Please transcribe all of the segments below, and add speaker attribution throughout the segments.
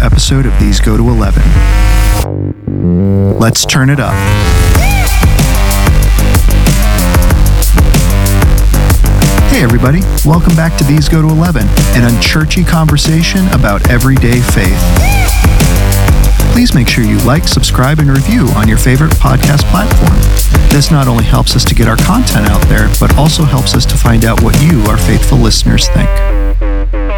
Speaker 1: episode of These Go to 11. Let's turn it up. Hey, everybody. Welcome back to These Go to 11, an unchurchy conversation about everyday faith. Please make sure you like, subscribe, and review on your favorite podcast platform. This not only helps us to get our content out there, but also helps us to find out what you, our faithful listeners, think.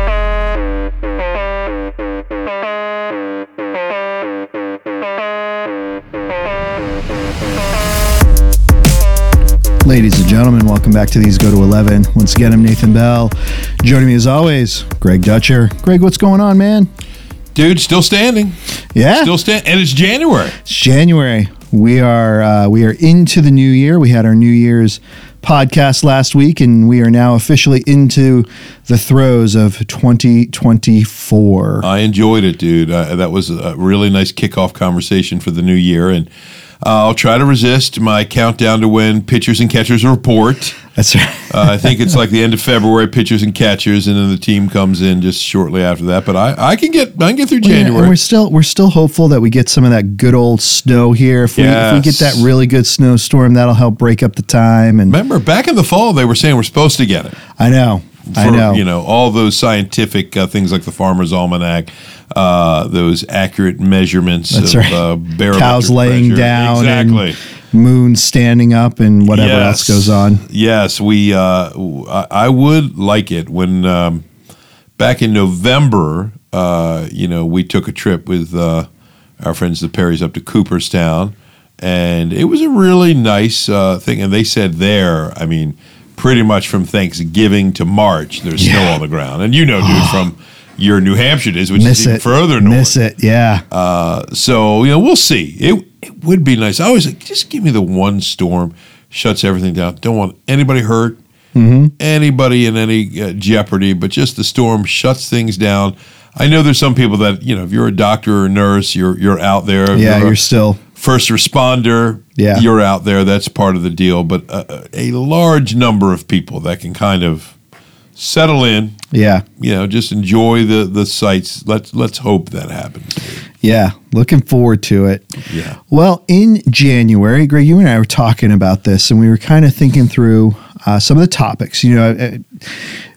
Speaker 1: Ladies and gentlemen, welcome back to These Go to 11. Once again, I'm Nathan Bell. Joining me as always, Greg Dutcher. Greg, what's going on, man?
Speaker 2: Dude, still standing.
Speaker 1: Yeah.
Speaker 2: Still stand and it's January.
Speaker 1: It's January. We are uh, we are into the new year. We had our New Year's podcast last week, and we are now officially into the throes of 2024.
Speaker 2: I enjoyed it, dude. Uh, that was a really nice kickoff conversation for the new year and uh, I'll try to resist my countdown to when pitchers and catchers report.
Speaker 1: That's right.
Speaker 2: Uh, I think it's like the end of February, pitchers and catchers, and then the team comes in just shortly after that. But I, I can get I can get through
Speaker 1: Yeah, and
Speaker 2: January.
Speaker 1: we're still we're still hopeful that we get some of that good old snow here. If we, if we get that
Speaker 2: Yes.
Speaker 1: really good snowstorm, that'll help break up the time. And
Speaker 2: Remember, back in the fall, they were saying we're supposed to get it.
Speaker 1: I know, I know,
Speaker 2: you know all those scientific uh, things like the farmer's almanac, uh, those accurate measurements
Speaker 1: That's
Speaker 2: of
Speaker 1: right.
Speaker 2: uh, barometric
Speaker 1: cows laying
Speaker 2: pressure.
Speaker 1: down,
Speaker 2: exactly.
Speaker 1: and moon standing up, and whatever else
Speaker 2: Yes.
Speaker 1: goes on.
Speaker 2: Yes, we. Uh, w- I I would like it when um, back in November. Uh, you know, we took a trip with uh, our friends the Perrys up to Cooperstown, and it was a really nice uh, thing. And they said there, I mean, pretty much from Thanksgiving to March, there's snow on the ground, and you know, dude, from your New Hampshire days, which
Speaker 1: Oh. Miss
Speaker 2: is even
Speaker 1: it
Speaker 2: further north.
Speaker 1: Miss it, yeah.
Speaker 2: So you know, we'll see. It it would be nice. I always like just give me the one storm, shuts everything down. Don't want anybody hurt,
Speaker 1: Mm-hmm.
Speaker 2: anybody in any uh, jeopardy. But just the storm shuts things down. I know there's some people that you know. If you're a doctor or a nurse, you're you're out there. If
Speaker 1: yeah,
Speaker 2: a
Speaker 1: you're still
Speaker 2: first responder.
Speaker 1: Yeah.
Speaker 2: you're out there. That's part of the deal. But a, a a large number of people that can kind of settle in.
Speaker 1: yeah.
Speaker 2: You know, just enjoy the the sights. Let's let's hope that happens.
Speaker 1: Yeah, looking forward to it.
Speaker 2: Yeah.
Speaker 1: Well, in January, Greg, you and I were talking about this, and we were kind of thinking through uh, some of the topics. You know, uh,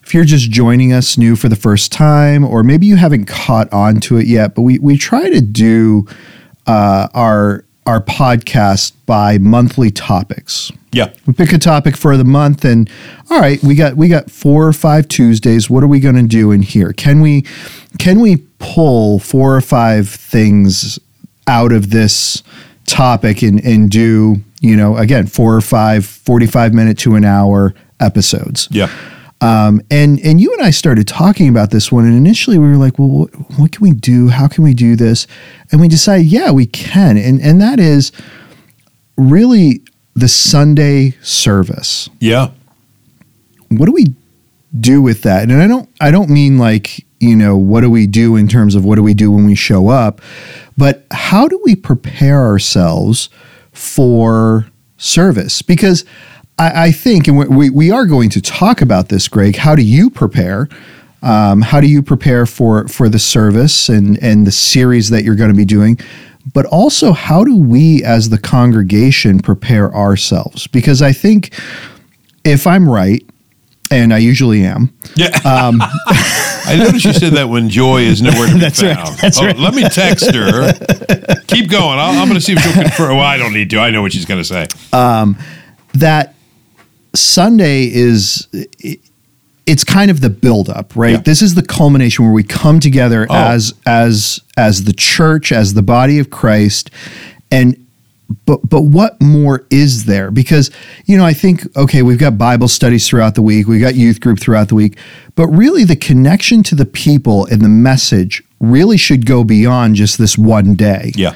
Speaker 1: if you're just joining us new for the first time, or maybe you haven't caught on to it yet, but we we try to do uh, our our podcast by monthly topics.
Speaker 2: Yeah.
Speaker 1: We pick a topic for the month, and all right, we got we got four or five Tuesdays. What are we going to do in here? Can we can we pull four or five things out of this topic and and do you know again four or five 45 minute to an hour episodes
Speaker 2: Yeah.
Speaker 1: um, and and you and I started talking about this one, and initially we were like, well, what, what can we do? How can we do this? And we decided, yeah, we can, and and that is really the Sunday service.
Speaker 2: Yeah.
Speaker 1: What do we do with that? And I don't I don't mean like you know what do we do in terms of what do we do when we show up, but how do we prepare ourselves for service? Because I, I think, and we- we we are going to talk about this, Greg. How do you prepare? Um, how do you prepare for for the service and and the series that you're going to be doing? But also, how do we as the congregation prepare ourselves? Because I think if I'm right, and I usually am,
Speaker 2: Yeah.
Speaker 1: Um,
Speaker 2: I noticed you said that when Joy is nowhere to be
Speaker 1: That's right.
Speaker 2: found.
Speaker 1: That's
Speaker 2: Oh,
Speaker 1: right.
Speaker 2: Let me text her. Keep going. I'll, I'm going to see if she'll confirm. Well, I don't need to. I know what she's going to say.
Speaker 1: that Sunday is i- it's kind of the buildup, right?
Speaker 2: Yeah.
Speaker 1: This is the culmination where we come together
Speaker 2: Oh.
Speaker 1: as as as the church, as the body of Christ, and but but what more is there? Because you know, I think okay, we've got Bible studies throughout the week, we've got youth group throughout the week, but really the connection to the people and the message really should go beyond just this one day.
Speaker 2: Yeah.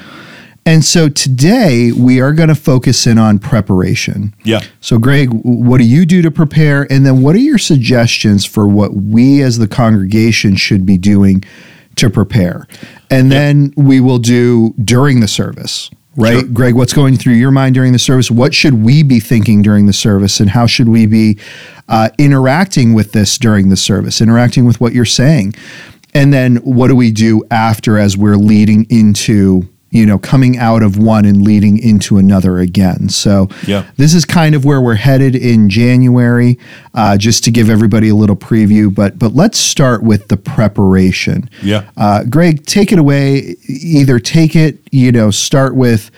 Speaker 1: And so today we are going to focus in on preparation.
Speaker 2: Yeah.
Speaker 1: So, Greg, w- what do you do to prepare? And then what are your suggestions for what we as the congregation should be doing to prepare? And then we will do during the service, right?
Speaker 2: Sure.
Speaker 1: Greg, what's going through your mind during the service? What should we be thinking during the service? And how should we be uh, interacting with this during the service, interacting with what you're saying? And then what do we do after as we're leading into, you know, coming out of one and leading into another again? So
Speaker 2: Yeah.
Speaker 1: this is kind of where we're headed in January, uh, just to give everybody a little preview. But but let's start with the preparation.
Speaker 2: Yeah.
Speaker 1: Uh, Greg, take it away. Either take it, you know, start with,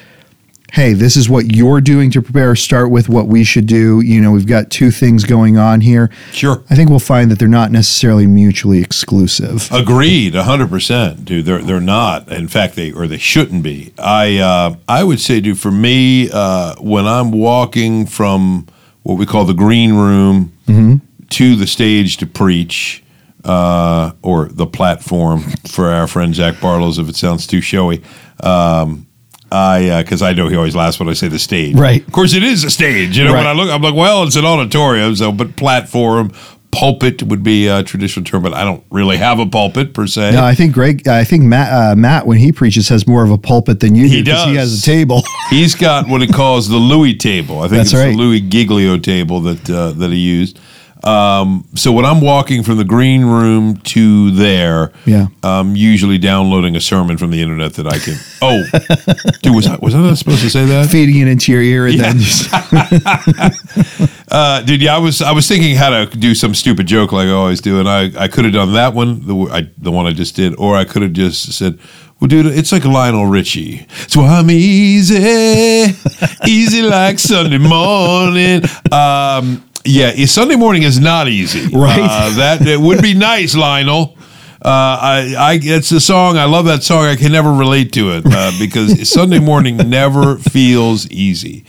Speaker 1: hey, this is what you're doing to prepare. Start with what we should do. You know, we've got two things going on here.
Speaker 2: Sure.
Speaker 1: I think we'll find that they're not necessarily mutually exclusive.
Speaker 2: Uh, Agreed, hundred percent, dude. They're they're not. In fact, they or they shouldn't be. I uh, I would say, dude, for me, uh, when I'm walking from what we call the green room
Speaker 1: Mm-hmm.
Speaker 2: to the stage to preach, uh, or the platform for our friend Zach Bartles, if it sounds too showy. Um, I because I know he always laughs when I say the stage.
Speaker 1: Right.
Speaker 2: Of course, it is a stage. You know, when
Speaker 1: Right.
Speaker 2: I look, I'm like, well, it's an auditorium, so but platform. Pulpit would be a traditional term, but I don't really have a pulpit per se.
Speaker 1: No, I think Greg, I think Matt, uh, Matt when he preaches, has more of a pulpit than you
Speaker 2: He
Speaker 1: do 'cause he
Speaker 2: does.
Speaker 1: has a table.
Speaker 2: He's got what he calls the Louis table. I think
Speaker 1: That's
Speaker 2: it's
Speaker 1: right.
Speaker 2: the Louis Giglio table that uh, that he used. Um, so when I'm walking from the green room to there,
Speaker 1: Yeah.
Speaker 2: I'm usually downloading a sermon from the internet that I can. Oh, dude, was I was I not supposed to say that?
Speaker 1: Feeding it into your ear and then just,
Speaker 2: Uh, dude, yeah, I was I was thinking how to do some stupid joke like I always do, and I, I could have done that one, the I, the one I just did, or I could have just said, "Well, dude, it's like Lionel Richie. So I'm easy, easy like Sunday morning." Um, yeah, eh, Sunday morning is not easy,
Speaker 1: Right.
Speaker 2: Uh, that it would be nice, Lionel. Uh, I, I, it's a song. I love that song. I can never relate to it uh, because Sunday morning never feels easy.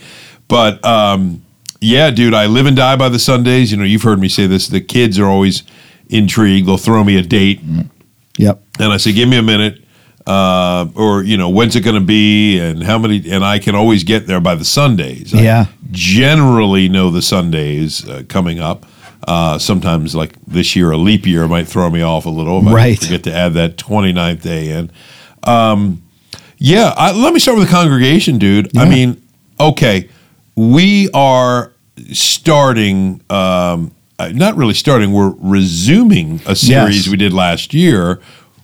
Speaker 2: But um, yeah, dude, I live and die by the Sundays. You know, you've heard me say this. The kids are always intrigued. They'll throw me a date, and
Speaker 1: yep.
Speaker 2: I say, "Give me a minute," uh, or you know, "When's it going to be?" and how many? And I can always get there by the Sundays. I
Speaker 1: Yeah.
Speaker 2: generally know the Sundays uh, coming up. Uh, sometimes, like this year, a leap year might throw me off a little. If
Speaker 1: Right.
Speaker 2: I forget to add that 29th day in. Um, Yeah, I, let me start with the congregation, dude. I
Speaker 1: Yeah.
Speaker 2: mean, okay, we are starting, um, uh, not really starting, we're resuming a series
Speaker 1: Yes.
Speaker 2: we did last year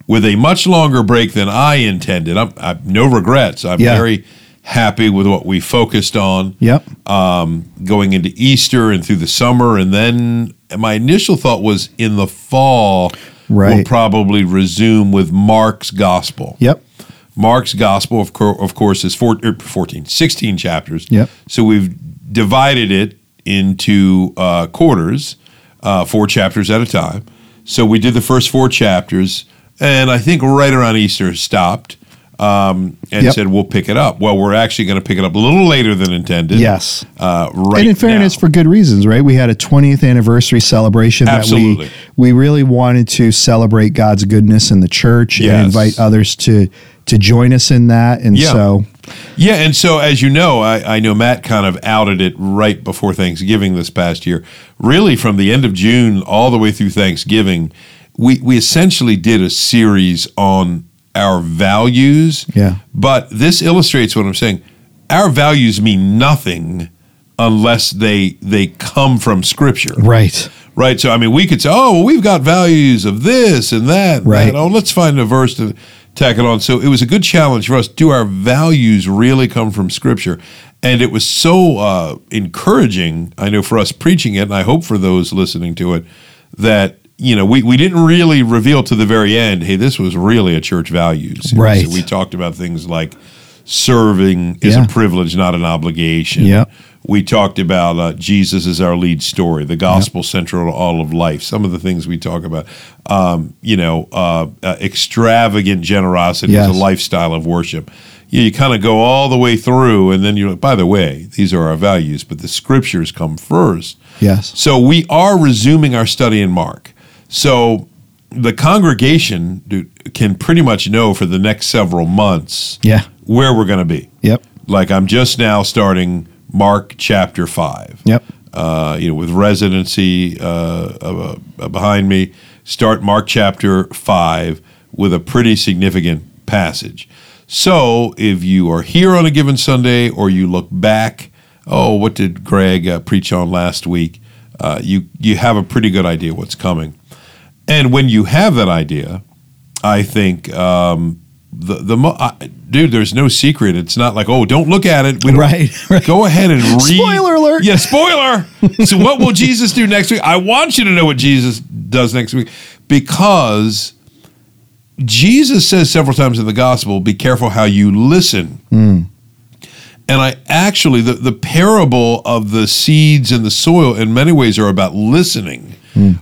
Speaker 2: with a much longer break than I intended. I'm, I, no regrets. I'm
Speaker 1: Yeah.
Speaker 2: very happy with what we focused on
Speaker 1: Yep.
Speaker 2: um, going into Easter and through the summer. And then my initial thought was in the fall, we'll
Speaker 1: Right.
Speaker 2: probably resume with Mark's gospel.
Speaker 1: Yep.
Speaker 2: Mark's gospel, of, cour of course, is four, er, 14, 16 chapters.
Speaker 1: Yep.
Speaker 2: So we've divided it into uh, quarters, uh, four chapters at a time. So we did the first four chapters, and I think right around Easter stopped um, and
Speaker 1: Yep.
Speaker 2: said, we'll pick it up. Well, we're actually going to pick it up a little later than intended.
Speaker 1: Yes.
Speaker 2: Uh, right
Speaker 1: and in fairness,
Speaker 2: now.
Speaker 1: for good reasons, right? We had a 20th anniversary celebration
Speaker 2: Absolutely.
Speaker 1: that we we really wanted to celebrate God's goodness in the church and
Speaker 2: Yes.
Speaker 1: invite others to to join us in that. And
Speaker 2: Yeah.
Speaker 1: so,
Speaker 2: Yeah, and so as you know, I, I know Matt kind of outed it right before Thanksgiving this past year. Really, from the end of June all the way through Thanksgiving, we we essentially did a series on our values.
Speaker 1: Yeah.
Speaker 2: But this illustrates what I'm saying. Our values mean nothing unless they they come from Scripture.
Speaker 1: right,
Speaker 2: Right. So I mean, we could say, oh, well, we've got values of this and that. And
Speaker 1: Right.
Speaker 2: That. Oh, let's find a verse to tack it on. So it was a good challenge for us. Do our values really come from Scripture? And it was so uh, encouraging. I know for us preaching it, and I hope for those listening to it that. You know, we, we didn't really reveal to the very end, hey, this was really a church values. You know,
Speaker 1: Right.
Speaker 2: So we talked about things like serving is
Speaker 1: Yeah.
Speaker 2: a privilege, not an obligation.
Speaker 1: Yep.
Speaker 2: We talked about uh, Jesus is our lead story, the gospel central to all of life. Some of the things we talk about, um, you know, uh, uh, extravagant generosity
Speaker 1: Yes.
Speaker 2: is a lifestyle of worship. You, you kind of go all the way through, and then you're like, by the way, these are our values, but the scriptures come first.
Speaker 1: yes,
Speaker 2: So we are resuming our study in Mark. So the congregation dude, can pretty much know for the next several months
Speaker 1: yeah,
Speaker 2: where we're going to be.
Speaker 1: yep,
Speaker 2: Like I'm just now starting Mark chapter five.
Speaker 1: yep,
Speaker 2: Uh, you know, with residency uh, uh, uh, behind me, start Mark chapter five with a pretty significant passage. So if you are here on a given Sunday, or you look back, oh, what did Greg uh, preach on last week? Uh, you you have a pretty good idea what's coming. And when you have that idea, I think um, the the mo- I, dude, there's no secret. It's not like oh, don't look at it. We don't-
Speaker 1: Right, right.
Speaker 2: Go ahead and read.
Speaker 1: Spoiler alert.
Speaker 2: Yeah, spoiler. so what will Jesus do next week? I want you to know what Jesus does next week because Jesus says several times in the gospel, "Be careful how you listen." And I actually, the, the parable of the seeds and the soil in many ways are about listening.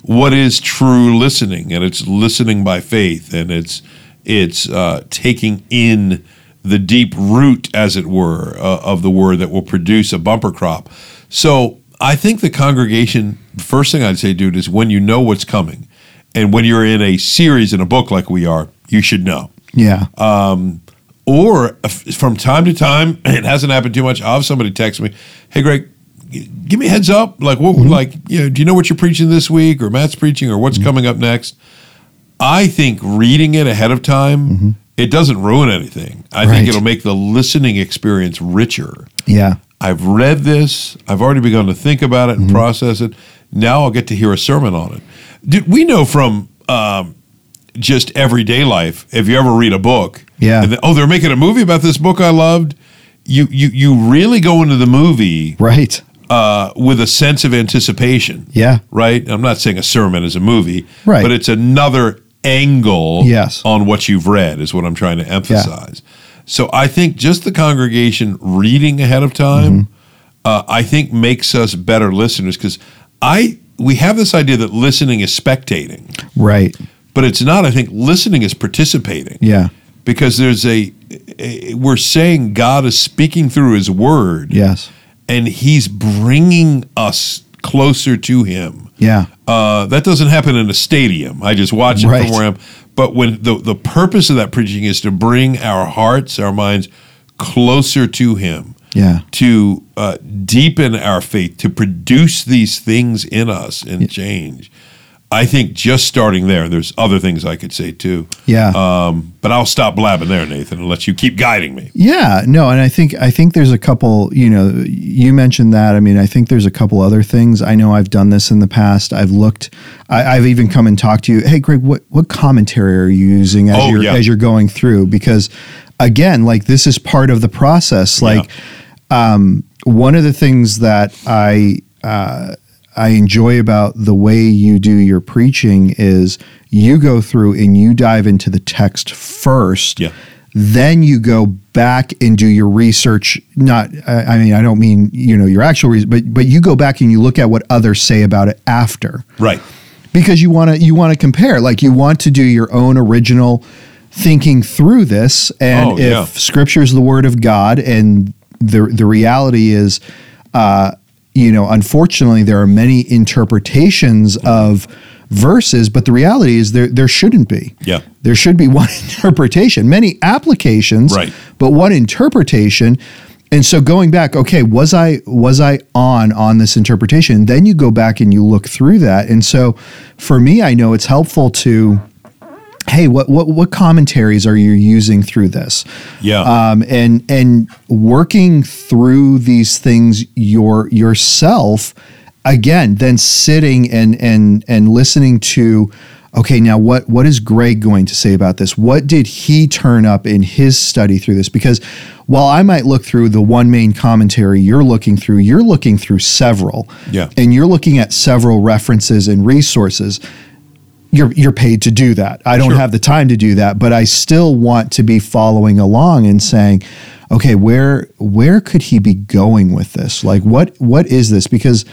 Speaker 2: What is true listening? And it's listening by faith, and it's it's uh, taking in the deep root, as it were, uh, of the word that will produce a bumper crop. So I think the congregation, first thing I'd say, dude, is when you know what's coming, and when you're in a series in a book like we are, you should know
Speaker 1: Yeah.
Speaker 2: or if- from time to time, it hasn't happened too much. I'll have somebody text me, "Hey, Greg, g- give me a heads up. Like, what? Like, you know, do you know what you're preaching this week, or Matt's preaching, or what's coming up next?" I think reading it ahead of time, it doesn't ruin anything. I
Speaker 1: Right.
Speaker 2: think it'll make the listening experience richer.
Speaker 1: yeah.
Speaker 2: I've read this. I've already begun to think about it and process it. Now I'll get to hear a sermon on it. Dude, we know from um, just everyday life. If you ever read a book,
Speaker 1: Yeah.
Speaker 2: and then, oh, they're making a movie about this book I loved. You you you really go into the movie
Speaker 1: Right.
Speaker 2: uh, with a sense of anticipation.
Speaker 1: Yeah.
Speaker 2: Right. I'm not saying a sermon is a movie,
Speaker 1: Right.
Speaker 2: But it's another angle
Speaker 1: Yes.
Speaker 2: on what you've read is what I'm trying to emphasize. So I think just the congregation reading ahead of
Speaker 1: Mm-hmm.
Speaker 2: time, uh, I think makes us better listeners because I we have this idea that listening is spectating,
Speaker 1: Right.
Speaker 2: but it's not. I think listening is participating
Speaker 1: Yeah.
Speaker 2: because there's a, a we're saying God is speaking through His Word,
Speaker 1: Yes.
Speaker 2: and He's bringing us closer to Him.
Speaker 1: Yeah.
Speaker 2: Uh, that doesn't happen in a stadium. I just watch it
Speaker 1: Right.
Speaker 2: from where I'm. But when the the purpose of that preaching is to bring our hearts, our minds closer to Him,
Speaker 1: Yeah.
Speaker 2: to uh, deepen our faith, to produce these things in us and change. I think just starting there. There's other things I could say too.
Speaker 1: Yeah.
Speaker 2: Um, but I'll stop blabbing there, Nathan, and let you keep guiding me.
Speaker 1: Yeah, no, and I think I think there's a couple. You know, you mentioned that. I mean, I think there's a couple other things. I know I've done this in the past. I've looked. I, I've even come and talked to you. Hey, Greg, what what commentary are you using as
Speaker 2: Oh,
Speaker 1: you're
Speaker 2: yeah.
Speaker 1: as you're going through? Because again, like this is part of the process. Like um, one of the things that I uh, I enjoy about the way you do your preaching is you go through and you dive into the text first.
Speaker 2: Yeah.
Speaker 1: Then you go back and do your research. Not, I I mean, I don't mean you know your actual research, but but you go back and you look at what others say about it after
Speaker 2: Right.
Speaker 1: because you want to you want to compare like you want to do your own original thinking through this and
Speaker 2: Oh,
Speaker 1: if
Speaker 2: yeah.
Speaker 1: scripture is the word of god and the the reality is uh you know unfortunately there are many interpretations of verses but the reality is there there shouldn't be
Speaker 2: Yeah.
Speaker 1: there should be one interpretation many applications
Speaker 2: Right.
Speaker 1: but one interpretation and so going back okay was i was i on on this interpretation then you go back and you look through that and so for me i know it's helpful to hey what what, what commentaries are you using through this
Speaker 2: Yeah.
Speaker 1: um, and and working through these things your yourself again then sitting and and and listening to okay now what what is greg going to say about this what did he turn up in his study through this because while i might look through the one main commentary you're looking through you're looking through several
Speaker 2: Yeah.
Speaker 1: and you're looking at several references and resources you're you're paid to do that. I don't
Speaker 2: Sure.
Speaker 1: have the time to do that, but I still want to be following along and saying, okay, where where could he be going with this? Like what what is this? Because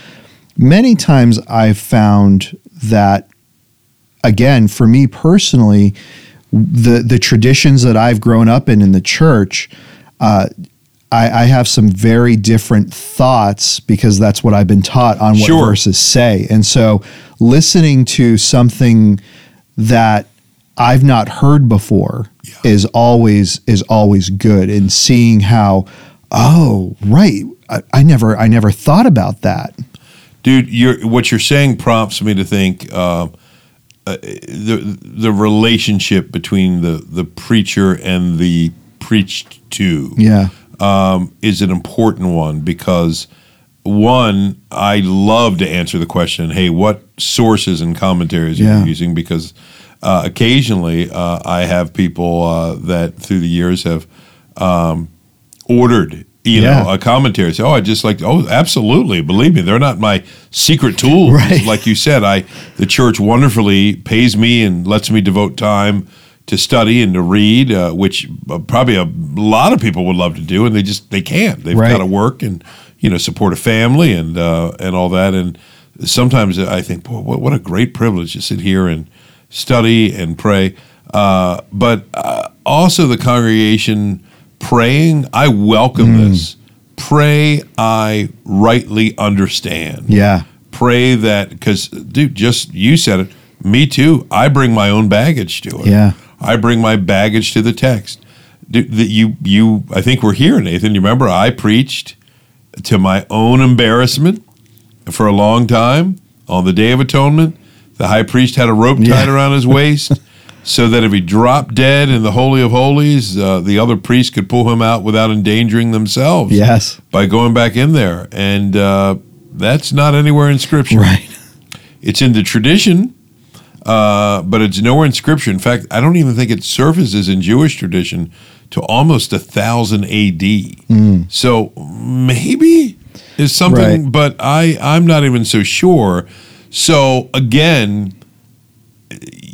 Speaker 1: many times I've found that again, for me personally, the the traditions that I've grown up in in the church, uh, I, I have some very different thoughts because that's what I've been taught on what
Speaker 2: Sure.
Speaker 1: verses say, and so listening to something that I've not heard before is always is always good, and seeing how, oh right, I, I never I never thought about that.
Speaker 2: dude you're, what you're saying prompts me to think uh, uh, the the relationship between the the preacher and the preached to
Speaker 1: Yeah,
Speaker 2: um, is an important one because one I love to answer the question hey what sources and commentaries are
Speaker 1: Yeah.
Speaker 2: you using because Uh, occasionally, uh, I have people uh, that through the years have um, ordered, you
Speaker 1: Yeah.
Speaker 2: know, a commentary. Say, oh, I just like, oh, absolutely. Believe me, they're not my secret tools.
Speaker 1: Right.
Speaker 2: Like you said, I the church wonderfully pays me and lets me devote time to study and to read, uh, which uh, probably a lot of people would love to do, and they just they can't. They've
Speaker 1: Right.
Speaker 2: got to work and you know support a family and uh, and all that. And sometimes I think, boy, what, what a great privilege to sit here and study and pray. Uh, but uh, also the congregation praying. I welcome this. Pray I rightly understand
Speaker 1: Yeah.
Speaker 2: pray that because dude just you said it me too i bring my own baggage to it
Speaker 1: Yeah.
Speaker 2: i bring my baggage to the text dude, that you you i think we're here nathan you remember i preached to my own embarrassment for a long time on the day of atonement the high priest had a rope tied
Speaker 1: Yeah.
Speaker 2: around his waist so that if he dropped dead in the holy of holies uh, the other priest could pull him out without endangering themselves
Speaker 1: Yes.
Speaker 2: by going back in there. And uh, that's not anywhere in Scripture.
Speaker 1: Right.
Speaker 2: It's in the tradition, uh, but it's nowhere in Scripture. In fact, I don't even think it surfaces in Jewish tradition to almost a thousand A.D. So maybe is something,
Speaker 1: Hmm. Right.
Speaker 2: but I I'm not even so sure. So again.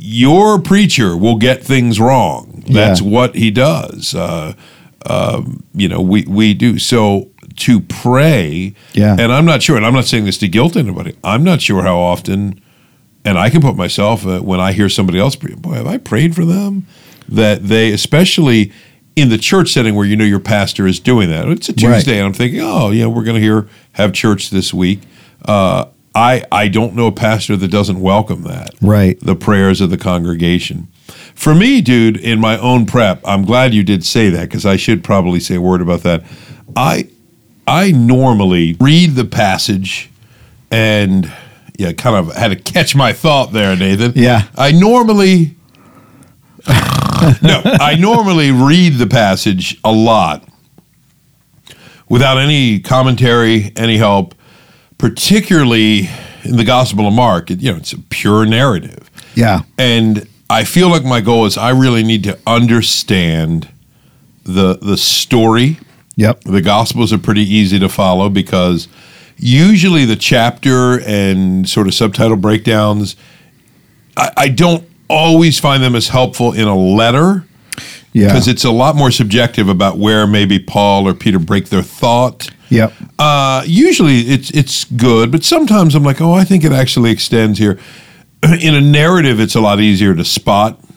Speaker 2: Your preacher will get things wrong. That's
Speaker 1: Yeah.
Speaker 2: what he does. Uh, you know we we do so to pray
Speaker 1: Yeah.
Speaker 2: and i'm not sure and i'm not saying this to guilt anybody i'm not sure how often and i can put myself uh, when i hear somebody else pray boy have i prayed for them that they especially in the church setting where you know your pastor is doing that it's a tuesday
Speaker 1: Right.
Speaker 2: and i'm thinking oh yeah we're going to hear have church this week uh, i i don't know a pastor that doesn't welcome that
Speaker 1: Right.
Speaker 2: the prayers of the congregation. For me, dude, in my own prep, I'm glad you did say that because I should probably say a word about that. I I normally read the passage and yeah, kind of had to catch my thought there, Nathan.
Speaker 1: Yeah.
Speaker 2: I normally No, I normally read the passage a lot without any commentary, any help, particularly in the Gospel of Mark. It, you know, it's a pure narrative.
Speaker 1: Yeah.
Speaker 2: And I feel like my goal is I really need to understand the the story.
Speaker 1: Yep.
Speaker 2: The Gospels are pretty easy to follow because usually the chapter and sort of subtitle breakdowns, I, I don't always find them as helpful in a letter
Speaker 1: Yeah.
Speaker 2: because it's a lot more subjective about where maybe Paul or Peter break their thought.
Speaker 1: Yep.
Speaker 2: Uh, usually it's it's good, but sometimes I'm like, oh, I think it actually extends here. In a narrative, it's a lot easier to spot. It's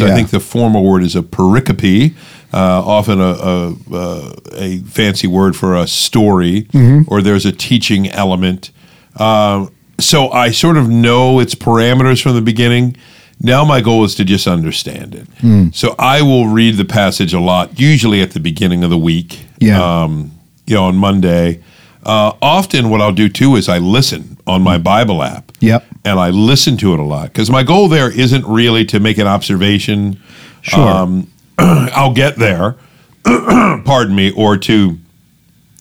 Speaker 2: I
Speaker 1: Mm. yeah.
Speaker 2: think the formal word is a pericope, uh, often a, a, a a fancy word for a story,
Speaker 1: Mm-hmm.
Speaker 2: or there's a teaching element. Um, so I sort of know its parameters from the beginning. Now my goal is to just understand it.
Speaker 1: Mm.
Speaker 2: So I will read the passage a lot, usually at the beginning of the week.
Speaker 1: Yeah.
Speaker 2: Um, you know, on Monday. Uh, often what I'll do too is I listen on my Bible app.
Speaker 1: Yep.
Speaker 2: And I listen to it a lot because my goal there isn't really to make an observation.
Speaker 1: Sure.
Speaker 2: um, I'll get there, pardon me, or to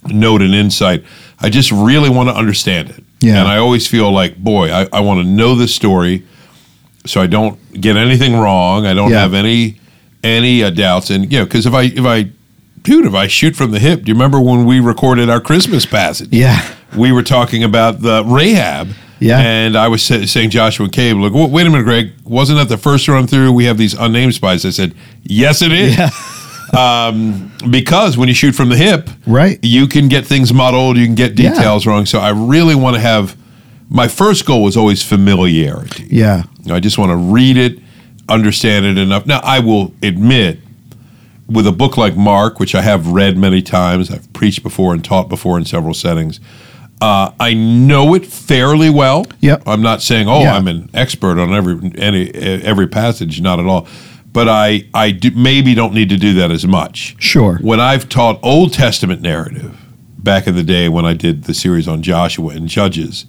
Speaker 2: note an insight. I just really want to understand it.
Speaker 1: Yeah.
Speaker 2: And I always feel like, boy, I, I want to know this story so I don't get anything wrong. I don't
Speaker 1: Yeah.
Speaker 2: have any any uh, doubts. And, you know, because if I, if I, dude, if I shoot from the hip, do you remember when we recorded our Christmas passage?
Speaker 1: yeah.
Speaker 2: we were talking about the Rahab.
Speaker 1: Yeah.
Speaker 2: And I was sa- saying Joshua and Caleb, look, wait a minute, Greg, wasn't that the first run through? We have these unnamed spies. I said, yes, it is.
Speaker 1: Yeah.
Speaker 2: Um, Because when you shoot from the hip,
Speaker 1: Right.
Speaker 2: you can get things muddled, you can get
Speaker 1: Yeah.
Speaker 2: details wrong. So I really want to have my first goal was always familiarity.
Speaker 1: Yeah.
Speaker 2: You know, I just want to read it, understand it enough. Now, I will admit, with a book like Mark, which I have read many times, I've preached before and taught before in several settings, uh, I know it fairly well.
Speaker 1: Yep.
Speaker 2: I'm not saying, oh,
Speaker 1: Yeah.
Speaker 2: I'm an expert on every any e, every passage, not at all. But I I do, maybe don't need to do that as much.
Speaker 1: Sure.
Speaker 2: When I've taught Old Testament narrative back in the day when I did the series on Joshua and Judges,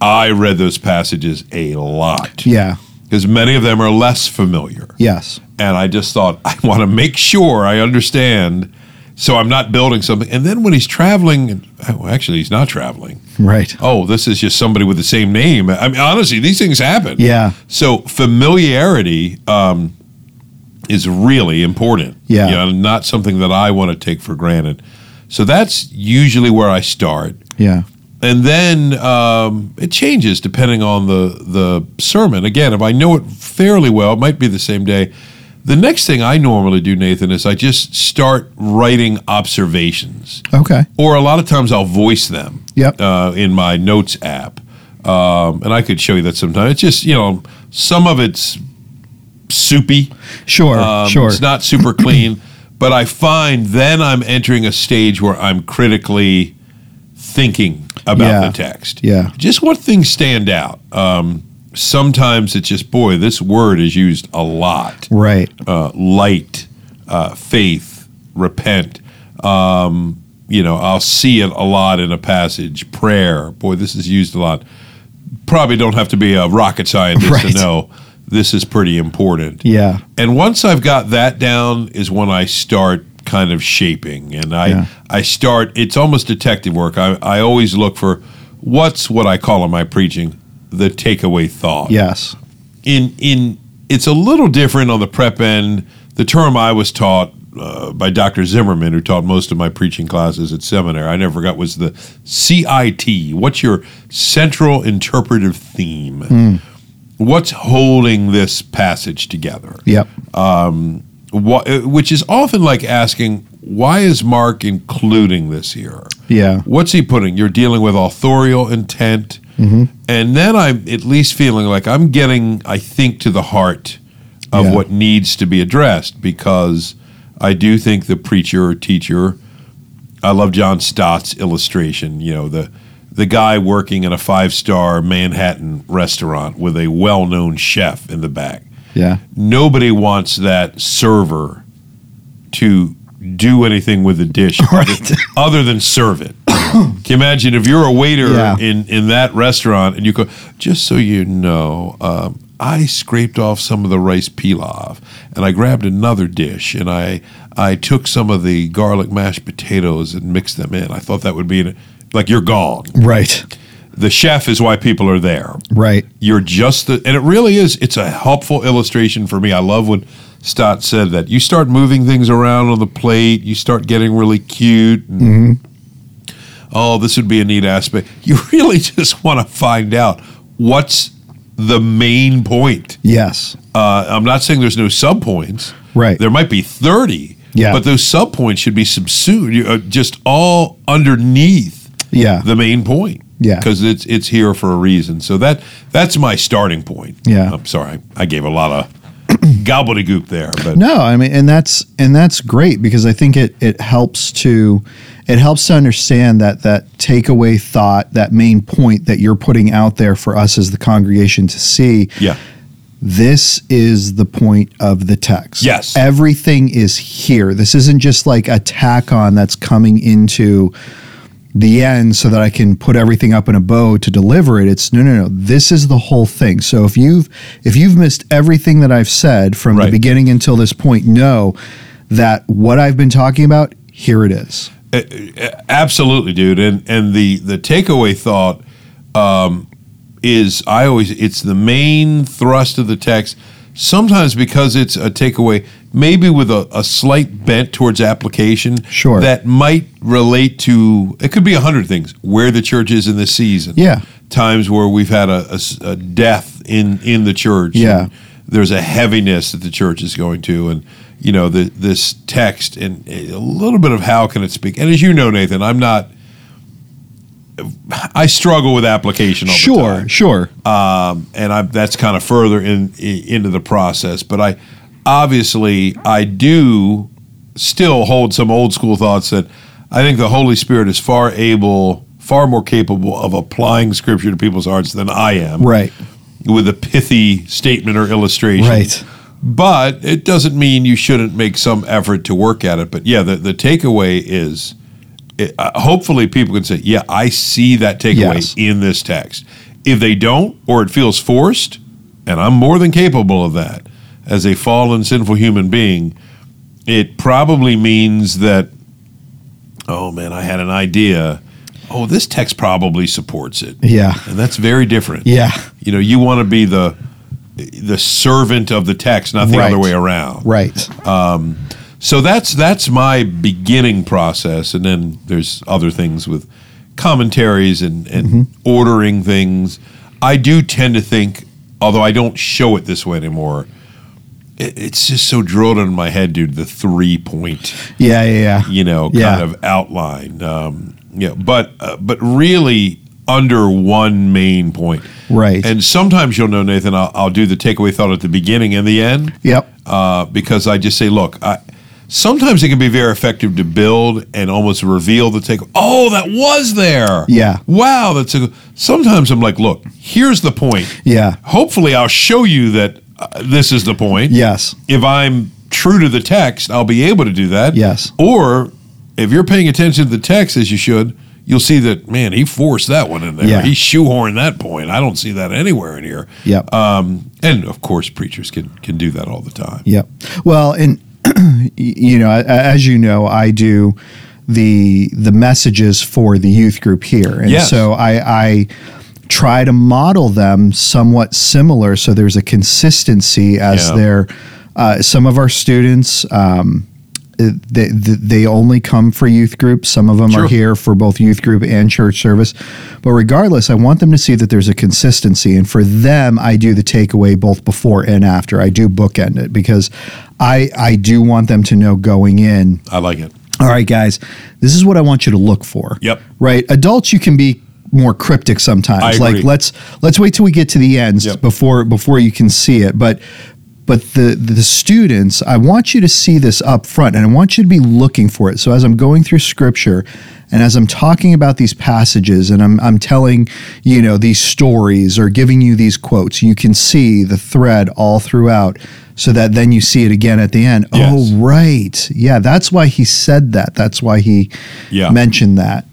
Speaker 2: I read those passages a lot
Speaker 1: Yeah.
Speaker 2: because many of them are less familiar.
Speaker 1: Yes.
Speaker 2: And I just thought, I want to make sure I understand So I'm not building something. And then when he's traveling, oh, actually, he's not traveling.
Speaker 1: Right.
Speaker 2: Oh, this is just somebody with the same name. I mean, honestly, these things happen.
Speaker 1: Yeah.
Speaker 2: So familiarity um, is really important.
Speaker 1: Yeah.
Speaker 2: You know, not something that I want to take for granted. So that's usually where I start
Speaker 1: Yeah.
Speaker 2: and then um, it changes depending on the the sermon. Again, if I know it fairly well, it might be the same day. The next thing I normally do, Nathan, is I just start writing observations,
Speaker 1: Okay.
Speaker 2: or a lot of times I'll voice them
Speaker 1: Yep.
Speaker 2: uh, in my notes app, um, and I could show you that sometime. It's just you know some of it's soupy,
Speaker 1: Sure.
Speaker 2: um,
Speaker 1: sure.
Speaker 2: It's not super clean, but I find then I'm entering a stage where I'm critically thinking about
Speaker 1: Yeah.
Speaker 2: the text.
Speaker 1: Yeah.
Speaker 2: Just what things stand out. Um, sometimes it's just, boy, this word is used a lot
Speaker 1: right.
Speaker 2: uh, light, uh, faith, repent. Um, you know, I'll see it a lot in a passage. Prayer, boy, this is used a lot. Probably don't have to be a rocket scientist
Speaker 1: Right.
Speaker 2: to know this is pretty important.
Speaker 1: Yeah.
Speaker 2: And once I've got that down, is when I start kind of shaping, and I
Speaker 1: Yeah.
Speaker 2: I start. It's almost detective work. I I always look for what's what I call in my preaching the takeaway thought
Speaker 1: Yes.
Speaker 2: in in it's a little different on the prep end. The term I was taught uh, by Dr. Zimmerman, who taught most of my preaching classes at seminary, I never forgot was the CIT. What's your central interpretive theme? What's holding this passage together?
Speaker 1: Yep.
Speaker 2: Wha- uh, which is often like asking, why is Mark including this here?
Speaker 1: Yeah.
Speaker 2: What's he putting? You're dealing with authorial intent. And then I'm at least feeling like I'm getting, I think, to the heart of
Speaker 1: Yeah.
Speaker 2: what needs to be addressed because I do think the preacher or teacher, I love John Stott's illustration, you know, the the guy working in a five star Manhattan restaurant with a well known chef in the back
Speaker 1: Yeah.
Speaker 2: nobody wants that server to do anything with the dish
Speaker 1: Right.
Speaker 2: other than serve it. Can you imagine if you're a waiter
Speaker 1: Yeah.
Speaker 2: in, in that restaurant and you go, just so you know, um, I scraped off some of the rice pilaf and I grabbed another dish and I I took some of the garlic mashed potatoes and mixed them in. I thought that would be an, like you're gone.
Speaker 1: Right.
Speaker 2: The chef is why people are there
Speaker 1: Right.
Speaker 2: you're just the and it really is it's a helpful illustration for me i love when stott said that you start moving things around on the plate you start getting really cute and,
Speaker 1: Mm-hmm.
Speaker 2: oh this would be a neat aspect you really just want to find out what's the main point
Speaker 1: Yes.
Speaker 2: uh, i'm not saying there's no subpoints
Speaker 1: Right.
Speaker 2: there might be 30
Speaker 1: Yeah.
Speaker 2: but those subpoints should be subsumed you- uh, just all underneath
Speaker 1: Yeah.
Speaker 2: the main point.
Speaker 1: Yeah.
Speaker 2: because it's it's here for a reason. So that that's my starting point.
Speaker 1: Yeah.
Speaker 2: I'm sorry, I gave a lot of gobbledygook there, but
Speaker 1: No, I mean, and that's and that's great because I think it it helps to it helps to understand that that takeaway thought, that main point that you're putting out there for us as the congregation to see.
Speaker 2: yeah,
Speaker 1: This is the point of the text.
Speaker 2: Yes.
Speaker 1: Everything is here. This isn't just like a tack on that's coming into the end so that I can put everything up in a bow to deliver it. It's no, no, no. This is the whole thing. So if you've if you've missed everything that I've said from the
Speaker 2: Right.
Speaker 1: beginning until this point, know that what I've been talking about, here it is.
Speaker 2: absolutely, dude. And and the the takeaway thought um, is I always it's the main thrust of the text. Sometimes because it's a takeaway, maybe with a, a slight bent towards application,
Speaker 1: Sure.
Speaker 2: that might relate to it could be a hundred things where the church is in the season,
Speaker 1: Yeah.
Speaker 2: times where we've had a, a s- a death in in the church.
Speaker 1: Yeah.
Speaker 2: And there's a heaviness that the church is going to, and you know the, this text and a little bit of how can it speak. And as you know, Nathan, I'm not. I struggle with application. All the
Speaker 1: Sure,
Speaker 2: time
Speaker 1: sure.
Speaker 2: um, and I, that's kind of further in, i into the process. But I obviously I do still hold some old school thoughts that I think the Holy Spirit is far able, far more capable of applying Scripture to people's hearts than I am
Speaker 1: Right.
Speaker 2: with a pithy statement or illustration.
Speaker 1: Right.
Speaker 2: But it doesn't mean you shouldn't make some effort to work at it. But yeah, the, the takeaway is it, uh, hopefully people can say, yeah, I see that takeaway
Speaker 1: Yes.
Speaker 2: in this text. If they don't, or it feels forced, and I'm more than capable of that as a fallen, sinful human being, it probably means that oh man, I had an idea. Oh, this text probably supports it.
Speaker 1: Yeah.
Speaker 2: And that's very different.
Speaker 1: Yeah.
Speaker 2: You know, you want to be the the servant of the text, not the
Speaker 1: Right.
Speaker 2: other way around.
Speaker 1: Right.
Speaker 2: So that's that's my beginning process, and then there's other things with commentaries and and
Speaker 1: Mm-hmm.
Speaker 2: ordering things. I do tend to think, although I don't show it this way anymore. It, it's just so drilled into my head, dude. The three point
Speaker 1: Yeah. Yeah. Yeah.
Speaker 2: you know, kind
Speaker 1: Yeah.
Speaker 2: of outline. Um, yeah, but uh, but really under one main point.
Speaker 1: Right.
Speaker 2: And sometimes you'll know, Nathan, I'll, I'll do the takeaway thought at the beginning and the end
Speaker 1: yep.
Speaker 2: uh, because I just say, look, I, sometimes it can be very effective to build and almost reveal the take. Oh, that was there.
Speaker 1: Yeah.
Speaker 2: Wow, that's a. Sometimes I'm like, look, here's the point.
Speaker 1: Yeah.
Speaker 2: Hopefully, I'll show you that uh, this is the point
Speaker 1: Yes.
Speaker 2: if I'm true to the text, I'll be able to do that.
Speaker 1: Yes.
Speaker 2: Or if you're paying attention to the text as you should, you'll see that man, he forced that one in there.
Speaker 1: Yeah.
Speaker 2: He shoehorned that point. I don't see that anywhere in here.
Speaker 1: Yep.
Speaker 2: Um, and of course, preachers can can do that all the time.
Speaker 1: Yep. Well, and y- you know, a- as you know, I do the the messages for the youth group here, and
Speaker 2: Yes.
Speaker 1: so I, I try to model them somewhat similar, so there's a consistency as
Speaker 2: Yeah.
Speaker 1: they're. Uh, some of our students, um, they, they only come for youth groups. Some of them
Speaker 2: Sure.
Speaker 1: are here for both youth group and church service. But regardless, I want them to see that there's a consistency. And for them, I do the takeaway both before and after. I do bookend it because I, I do want them to know going in
Speaker 2: I like it.
Speaker 1: all right, guys, this is what I want you to look for.
Speaker 2: Yep.
Speaker 1: Right. Adults, you can be more cryptic sometimes.
Speaker 2: I agree.
Speaker 1: Like let's let's wait till we get to the ends
Speaker 2: Yep.
Speaker 1: before before you can see it. But but the the students, I want you to see this up front and I want you to be looking for it. So as I'm going through scripture and as I'm talking about these passages and I'm I'm telling, you know, these stories or giving you these quotes, you can see the thread all throughout so that then you see it again at the end.
Speaker 2: Yes.
Speaker 1: Oh right. Yeah, that's why he said that. That's why he
Speaker 2: Yeah.
Speaker 1: mentioned that.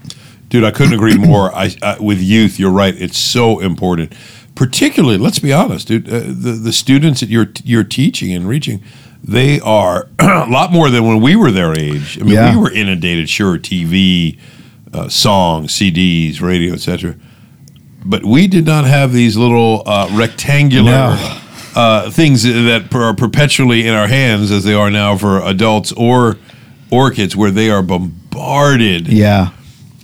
Speaker 2: Dude, I couldn't agree more. I, I with youth, you're right. It's so important. Particularly, let's be honest, dude. Uh, the the students that you're you're teaching and reaching, they are a lot more than when we were their age. I mean,
Speaker 1: Yeah.
Speaker 2: we were inundated, sure, TV, uh, songs, CDs, radio, etc. But we did not have these little uh, rectangular
Speaker 1: No.
Speaker 2: uh, things that are perpetually in our hands, as they are now for adults or or kids, where they are bombarded
Speaker 1: Yeah.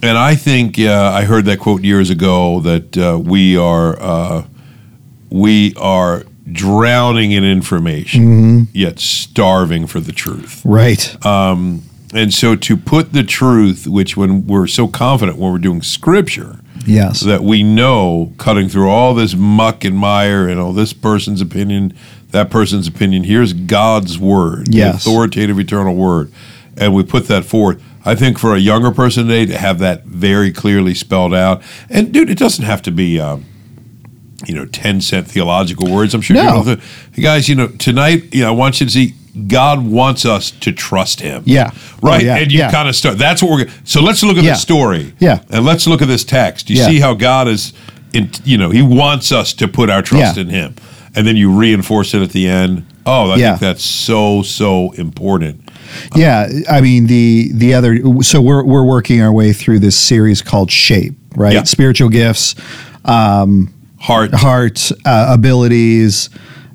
Speaker 2: and I think uh, I heard that quote years ago that uh, we are uh, we are drowning in information, yet starving for the truth.
Speaker 1: Right.
Speaker 2: Uh, And so to put the truth, which when we're so confident when we're doing scripture
Speaker 1: yes.
Speaker 2: that we know, cutting through all this muck and mire and all this person's opinion, that person's opinion, here's God's word, the
Speaker 1: Yes.
Speaker 2: authoritative eternal word, and we put that forward. I think for a younger person today to have that very clearly spelled out, and dude, it doesn't have to be. Um, you know, 10 cent theological words. I'm sure
Speaker 1: No.
Speaker 2: you know. the- Hey guys, you know, tonight, you know, I want you to see God wants us to trust him.
Speaker 1: Yeah.
Speaker 2: Right.
Speaker 1: Oh, yeah,
Speaker 2: And you
Speaker 1: yeah.
Speaker 2: kind of start. That's what we're going to. So let's look at
Speaker 1: Yeah.
Speaker 2: the story.
Speaker 1: Yeah.
Speaker 2: And let's look at this text. You
Speaker 1: Yeah.
Speaker 2: see how God is, in, you know, He wants us to put our trust
Speaker 1: Yeah.
Speaker 2: in Him, and then you reinforce it at the end. Oh, I
Speaker 1: Yeah.
Speaker 2: think that's so so important.
Speaker 1: yeah. I mean the the other so we're we're working our way through this series called Shape, right?
Speaker 2: Yeah.
Speaker 1: Spiritual gifts,
Speaker 2: Heart.
Speaker 1: heart, uh, abilities,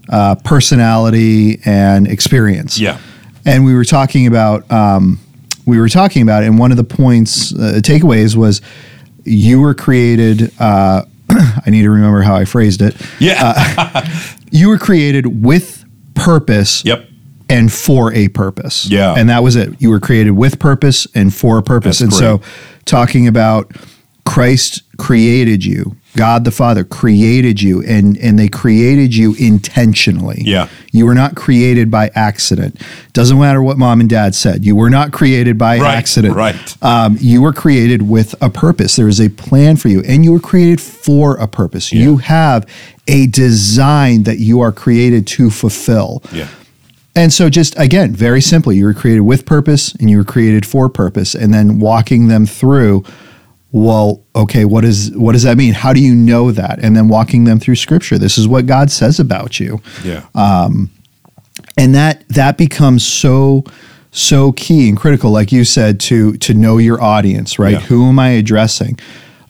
Speaker 1: uh, personality, and experience.
Speaker 2: Yeah.
Speaker 1: And we were talking about um, we were talking about, it, and one of the points uh, takeaways was you were created. Uh, I need to remember how I phrased it.
Speaker 2: Yeah.
Speaker 1: Uh, You were created with purpose.
Speaker 2: yep.
Speaker 1: and for a purpose.
Speaker 2: Yeah.
Speaker 1: And that was it. You were created with purpose and for a purpose.
Speaker 2: That's
Speaker 1: and so talking about Christ created you. God the Father created you and and they created you intentionally.
Speaker 2: Yeah.
Speaker 1: You were not created by accident. Doesn't matter what mom and dad said. You were not created by
Speaker 2: Right,
Speaker 1: accident.
Speaker 2: right.
Speaker 1: Um, you were created with a purpose. There is a plan for you, and you were created for a purpose. You have a design that you are created to fulfill.
Speaker 2: Yeah.
Speaker 1: And so, just again, very simply, you were created with purpose and you were created for purpose, and then walking them through. Well, okay, what is what does that mean? How do you know that? And then walking them through Scripture. This is what God says about you
Speaker 2: Yeah.
Speaker 1: and that that becomes so so key and critical, like you said, to to know your audience, right?
Speaker 2: Yeah.
Speaker 1: Who am I addressing?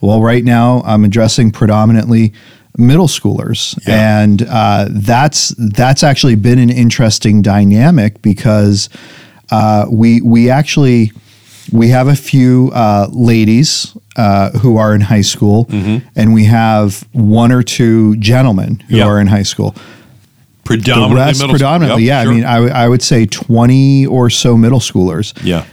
Speaker 1: Well, right now I'm addressing predominantly middle schoolers,
Speaker 2: Yeah.
Speaker 1: and uh, that's that's actually been an interesting dynamic because uh, we we actually we have a few uh, ladies uh, who are in high school, and we have one or two gentlemen who
Speaker 2: Mm-hmm. Yeah.
Speaker 1: are in high school. The
Speaker 2: Predominantly
Speaker 1: rest,
Speaker 2: middle school.
Speaker 1: predominantly,
Speaker 2: Yep,
Speaker 1: yeah.
Speaker 2: sure.
Speaker 1: I mean, I, w- I would say twenty or so middle schoolers,
Speaker 2: yeah,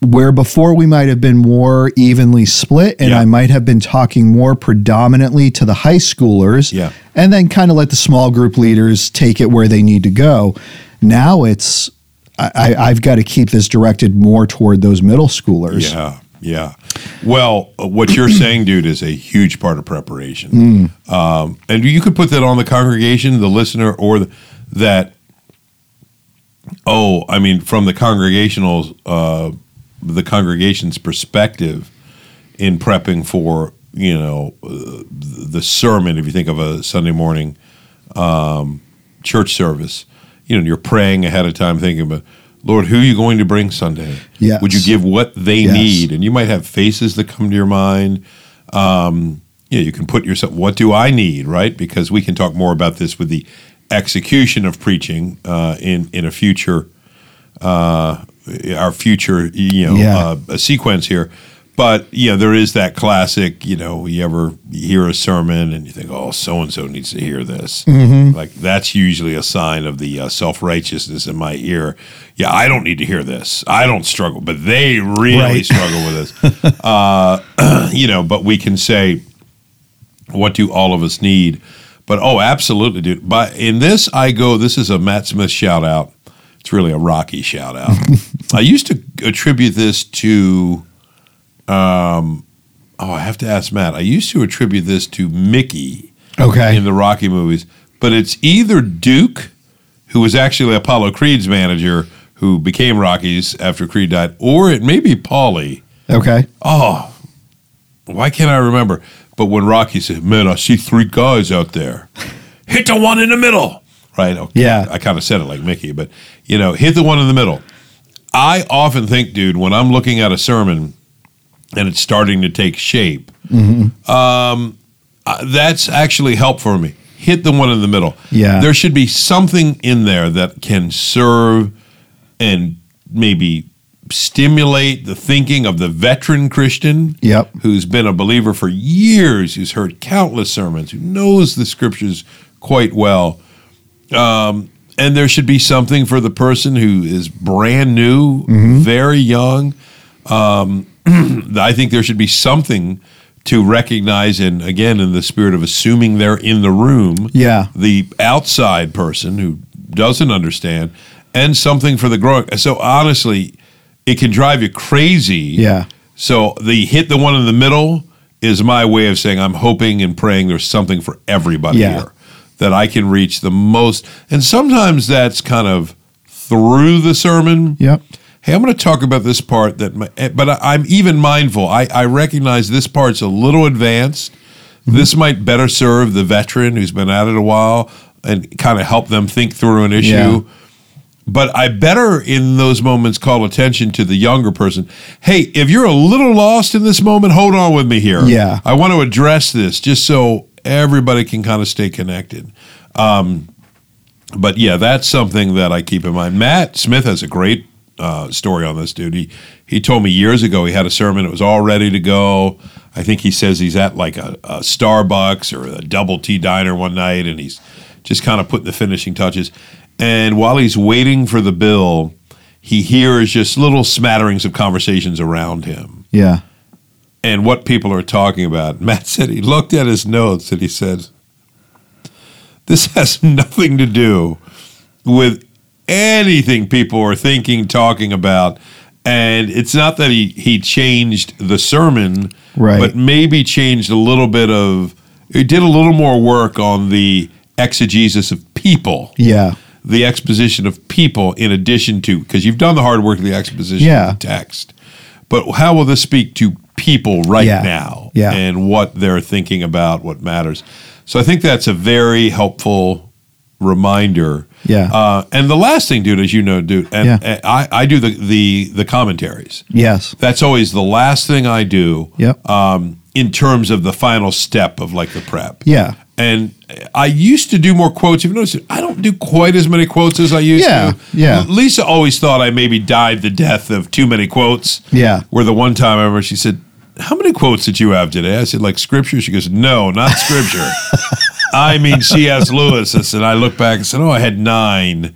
Speaker 1: where before we might have been more evenly split, and
Speaker 2: Yeah.
Speaker 1: I might have been talking more predominantly to the high schoolers,
Speaker 2: Yeah.
Speaker 1: and then kind of let the small group leaders take it where they need to go. Now it's I, I, I've got to keep this directed more toward those middle schoolers.
Speaker 2: yeah, yeah. Well, uh, what you're saying, dude, is a huge part of preparation. Um, and you could put that on the congregation, the listener, or the, that. Oh, I mean, from the congregational, uh, the congregation's perspective in prepping for you know uh, the sermon. If you think of a Sunday morning um, church service, you know, you're praying ahead of time, thinking about, Lord, who are you going to bring Sunday?
Speaker 1: Yes.
Speaker 2: Would you give what they
Speaker 1: Yes.
Speaker 2: need? And you might have faces that come to your mind. Um, you know, you can put yourself, what do I need, right? Because we can talk more about this with the execution of preaching uh, in in a future, uh, our future, you know,
Speaker 1: Yeah.
Speaker 2: uh, a sequence here. But you know, there is that classic. You know, you ever hear a sermon and you think, "Oh, so and so needs to hear this." Like that's usually a sign of the uh, self righteousness in my ear. Yeah, I don't need to hear this. I don't struggle, but they really
Speaker 1: Right.
Speaker 2: struggle with this. uh, you know, but we can say, "What do all of us need?" But oh, absolutely, dude. But in this, I go. This is a Matt Smith shout out. It's really a Rocky shout out. I used to attribute this to. Oh, I have to ask Matt. I used to attribute this to Mickey
Speaker 1: Okay.
Speaker 2: in the Rocky movies, but it's either Duke, who was actually Apollo Creed's manager, who became Rocky's after Creed died, or it may be Paulie.
Speaker 1: Okay.
Speaker 2: Oh, why can't I remember? But when Rocky said, "Man, I see three guys out there, hit the one in the middle," right? Okay,
Speaker 1: Yeah.
Speaker 2: I kind of said it like Mickey, but you know, hit the one in the middle. I often think, dude, when I'm looking at a sermon and it's starting to take shape,
Speaker 1: Mm-hmm.
Speaker 2: um, uh, that's actually help for me. Hit the one in the middle.
Speaker 1: Yeah.
Speaker 2: There should be something in there that can serve and maybe stimulate the thinking of the veteran Christian
Speaker 1: Yep.
Speaker 2: who's been a believer for years, who's heard countless sermons, who knows the scriptures quite well. Um, and there should be something for the person who is brand new,
Speaker 1: Mm-hmm.
Speaker 2: very young. Um, I think there should be something to recognize, and again, in the spirit of assuming they're in the room,
Speaker 1: Yeah.
Speaker 2: the outside person who doesn't understand, and something for the growing. So honestly, it can drive you crazy.
Speaker 1: Yeah.
Speaker 2: So the hit the one in the middle is my way of saying I'm hoping and praying there's something for everybody
Speaker 1: Yeah.
Speaker 2: here that I can reach the most. And sometimes that's kind of through the sermon.
Speaker 1: Yep.
Speaker 2: Hey, I'm going to talk about this part that, my, but I, I'm even mindful. I, I recognize this part's a little advanced.
Speaker 1: Mm-hmm.
Speaker 2: This might better serve the veteran who's been at it a while and kind of help them think through an issue
Speaker 1: Yeah.
Speaker 2: but I better in those moments call attention to the younger person. Hey, if you're a little lost in this moment, hold on with me here.
Speaker 1: Yeah.
Speaker 2: I want to address this just so everybody can kind of stay connected. Um, but yeah, that's something that I keep in mind. Matt Smith has a great uh, story on this, dude. He, he told me years ago he had a sermon, it was all ready to go. I think he says he's at like a, a Starbucks or a double T diner one night and he's just kind of putting the finishing touches. And while he's waiting for the bill, he hears just little smatterings of conversations around him
Speaker 1: Yeah.
Speaker 2: and what people are talking about. Matt said he looked at his notes and he said, This has nothing to do with anything people are thinking, talking about. And it's not that he, he changed the sermon,
Speaker 1: Right.
Speaker 2: but maybe changed a little bit of, he did a little more work on the exegesis of people
Speaker 1: Yeah.
Speaker 2: the exposition of people in addition to because you've done the hard work of the exposition
Speaker 1: Yeah.
Speaker 2: of the text but how will this speak to people right
Speaker 1: Yeah.
Speaker 2: now
Speaker 1: Yeah.
Speaker 2: and what they're thinking about what matters so i think that's a very helpful reminder
Speaker 1: Yeah.
Speaker 2: Uh, and the last thing, dude, as you know, dude, and,
Speaker 1: Yeah.
Speaker 2: and I, I do the, the the commentaries.
Speaker 1: yes.
Speaker 2: That's always the last thing I do.
Speaker 1: Yep.
Speaker 2: Um, in terms of the final step of like the prep.
Speaker 1: Yeah.
Speaker 2: And I used to do more quotes. You've noticed I don't do quite as many quotes as I used
Speaker 1: Yeah,
Speaker 2: to.
Speaker 1: yeah.
Speaker 2: L- Lisa always thought I maybe died the death of too many quotes.
Speaker 1: Yeah.
Speaker 2: Where the one time I remember she said, How many quotes did you have today? I said, Like scripture? She goes, No, not scripture. I mean C.S. Lewis. I said, I looked back and said, Oh, I had nine.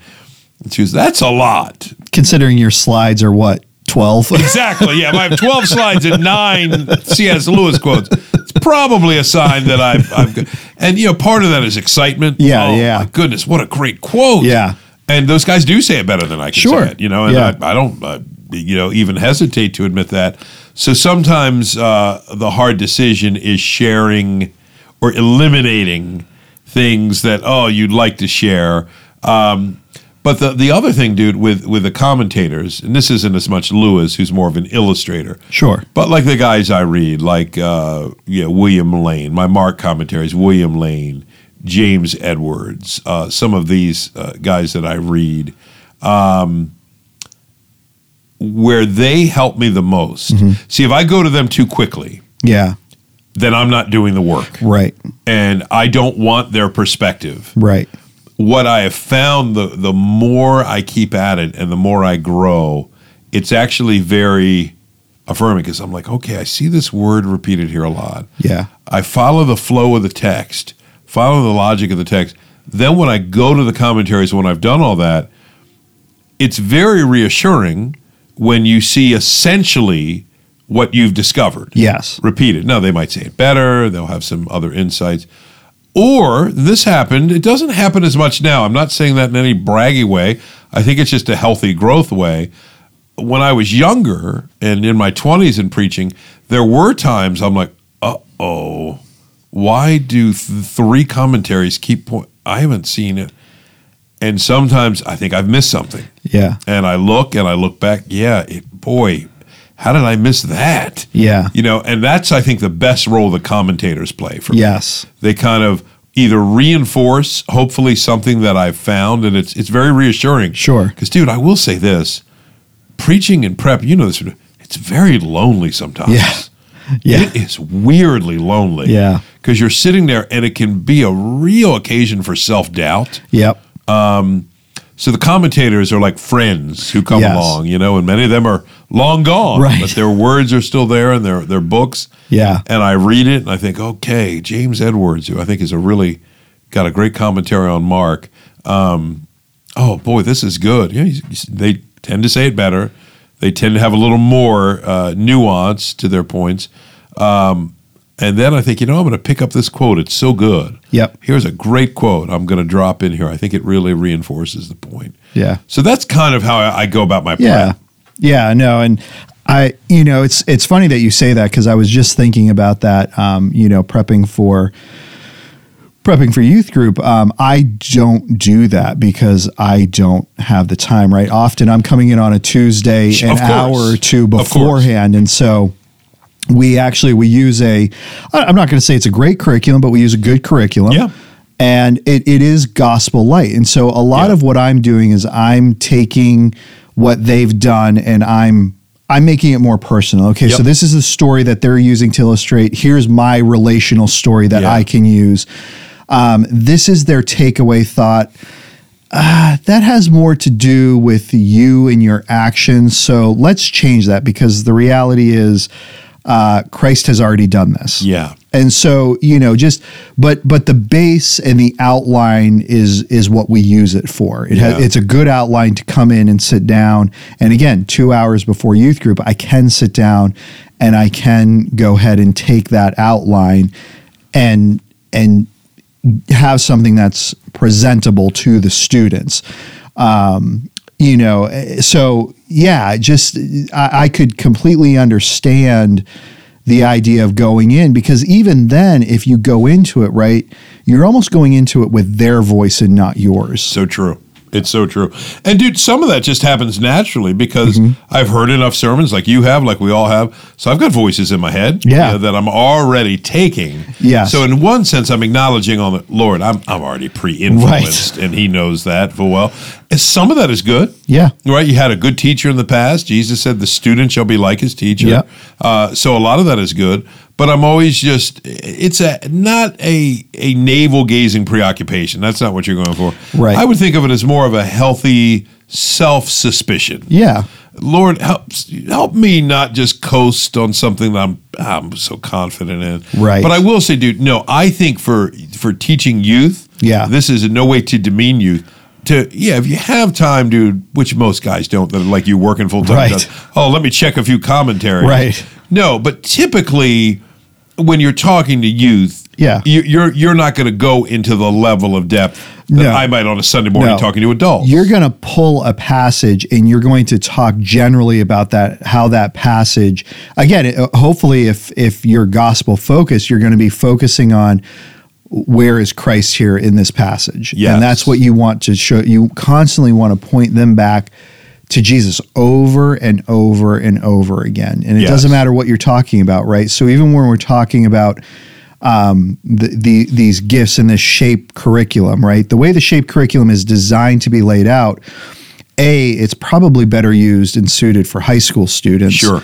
Speaker 2: And she goes, That's a lot.
Speaker 1: Considering your slides are what, 12?
Speaker 2: Exactly. Yeah, if I have 12 slides and nine C.S. Lewis quotes. It's probably a sign that I've, I've got, and you know, part of that is excitement.
Speaker 1: Yeah,
Speaker 2: oh,
Speaker 1: yeah.
Speaker 2: My goodness, what a great quote.
Speaker 1: Yeah.
Speaker 2: And those guys do say it better than I can
Speaker 1: Sure.
Speaker 2: say it, you know, and
Speaker 1: Yeah.
Speaker 2: I, I don't, uh, you know, even hesitate to admit that. So sometimes uh, the hard decision is sharing or eliminating things that, oh, you'd like to share. Um, but the, the other thing, dude, with, with the commentators, and this isn't as much Lewis, who's more of an illustrator.
Speaker 1: sure.
Speaker 2: But like the guys I read, like uh, yeah, William Lane, my Mark commentaries, William Lane, James Edwards, uh, some of these uh, guys that I read, um, where they help me the most. See, if I go to them too quickly,
Speaker 1: Yeah.
Speaker 2: then I'm not doing the work,
Speaker 1: Right.
Speaker 2: and I don't want their perspective
Speaker 1: Right.
Speaker 2: what I have found the the more I keep at it and the more I grow, it's actually very affirming because I'm like, okay, I see this word repeated here a lot.
Speaker 1: Yeah.
Speaker 2: I follow the flow of the text, follow the logic of the text. Then when I go to the commentaries, when I've done all that, it's very reassuring when you see essentially what you've discovered
Speaker 1: Yes.
Speaker 2: repeated. Now they might say it better. They'll have some other insights. Or this happened. It doesn't happen as much now. I'm not saying that in any braggy way. I think it's just a healthy growth way. When I was younger and in my 20s in preaching, there were times I'm like, uh oh, why do th- three commentaries keep point? I haven't seen it. And sometimes I think I've missed something.
Speaker 1: Yeah.
Speaker 2: And I look and I look back. Yeah, it, boy, how did I miss that?
Speaker 1: Yeah.
Speaker 2: You know, and that's I think the best role the commentators play for me.
Speaker 1: Yes.
Speaker 2: They kind of either reinforce hopefully something that I've found and it's it's very reassuring.
Speaker 1: Sure.
Speaker 2: Cuz dude, I will say this. Preaching and prep, you know this, it's very lonely sometimes.
Speaker 1: Yeah. Yeah.
Speaker 2: It is weirdly lonely.
Speaker 1: Yeah.
Speaker 2: Cuz you're sitting there and it can be a real occasion for self-doubt.
Speaker 1: Yep.
Speaker 2: So the commentators are like friends who come
Speaker 1: Yes.
Speaker 2: along, you know, and many of them are long gone,
Speaker 1: Right.
Speaker 2: but their words are still there and their their books.
Speaker 1: Yeah.
Speaker 2: And I read it and I think, okay, James Edwards, who I think is a really got a great commentary on Mark. Um, oh boy, this is good. Yeah, he's- he's- they tend to say it better. They tend to have a little more uh, nuance to their points. Um, and then I think, you know, I'm going to pick up this quote. It's so good.
Speaker 1: Yep.
Speaker 2: Here's a great quote I'm going to drop in here. I think it really reinforces the point.
Speaker 1: Yeah.
Speaker 2: So that's kind of how I I go about my
Speaker 1: Yeah.
Speaker 2: prep.
Speaker 1: Yeah, no, and I, you know, it's it's funny that you say that because I was just thinking about that. Um, you know, prepping for prepping for youth group. Um, I don't do that because I don't have the time. Right, often I'm coming in on a Tuesday,
Speaker 2: Sh-
Speaker 1: an
Speaker 2: of course.
Speaker 1: hour or two
Speaker 2: Of course.
Speaker 1: beforehand, and so we actually we use a. I- I'm not going to say it's a great curriculum, but we use a good curriculum
Speaker 2: Yeah.
Speaker 1: and it, it is gospel light. And so a lot
Speaker 2: Yeah.
Speaker 1: of what I'm doing is I'm taking what they've done and I'm I'm making it more personal. Okay, so
Speaker 2: Yep.
Speaker 1: this is the story that they're using to illustrate. Here's my relational story that
Speaker 2: Yeah.
Speaker 1: I can use. Um, this is their takeaway thought. Uh, that has more to do with you and your actions. So let's change that because the reality is uh, Christ has already done this
Speaker 2: Yeah.
Speaker 1: and so you know just but but the base and the outline is is what we use it for it has,
Speaker 2: Yeah.
Speaker 1: it's a good outline to come in and sit down and again two hours before youth group i can sit down and i can go ahead and take that outline and and have something that's presentable to the students um, you know eh, so yeah just I, I could completely understand the idea of going in because even then if you go into it right you're almost going into it with their voice and not yours
Speaker 2: So true. It's so true. And dude, some of that just happens naturally because
Speaker 1: Mm-hmm.
Speaker 2: I've heard enough sermons like you have, like we all have. So I've got voices in my head
Speaker 1: Yeah.
Speaker 2: you know, that I'm already taking.
Speaker 1: Yes.
Speaker 2: So in one sense, I'm acknowledging on the Lord, I'm, I'm already pre-influenced and he knows that full well. And some of that is good.
Speaker 1: Yeah.
Speaker 2: Right. You had a good teacher in the past. Jesus said the student shall be like his teacher.
Speaker 1: Yeah.
Speaker 2: Uh, so a lot of that is good. But I'm always just it's a not a a navel gazing preoccupation. That's not what you're going for.
Speaker 1: Right.
Speaker 2: I would think of it as more of a healthy self suspicion.
Speaker 1: Yeah.
Speaker 2: Lord help help me not just coast on something that I'm I'm so confident in.
Speaker 1: Right.
Speaker 2: But I will say, dude, no, I think for for teaching youth,
Speaker 1: Yeah.
Speaker 2: this is in no way to demean youth. To yeah, if you have time, dude, which most guys don't, that are like you working full time.
Speaker 1: Right.
Speaker 2: Oh, let me check a few commentaries.
Speaker 1: Right.
Speaker 2: No, but typically when you're talking to youth,
Speaker 1: Yeah.
Speaker 2: you, you're you're not going to go into the level of depth that
Speaker 1: No.
Speaker 2: I might on a Sunday morning
Speaker 1: No.
Speaker 2: talking to adults.
Speaker 1: You're going to pull a passage and you're going to talk generally about that how that passage again it- uh, hopefully if if you're gospel focused you're going to be focusing on where is Christ here in this passage
Speaker 2: Yes.
Speaker 1: and that's what you want to show you constantly want to point them back to Jesus over and over and over again and it
Speaker 2: Yes.
Speaker 1: doesn't matter what you're talking about right so even when we're talking about the, the these gifts in this shape curriculum, right? The way the shape curriculum is designed to be laid out, a it's probably better used and suited for high school students.
Speaker 2: sure.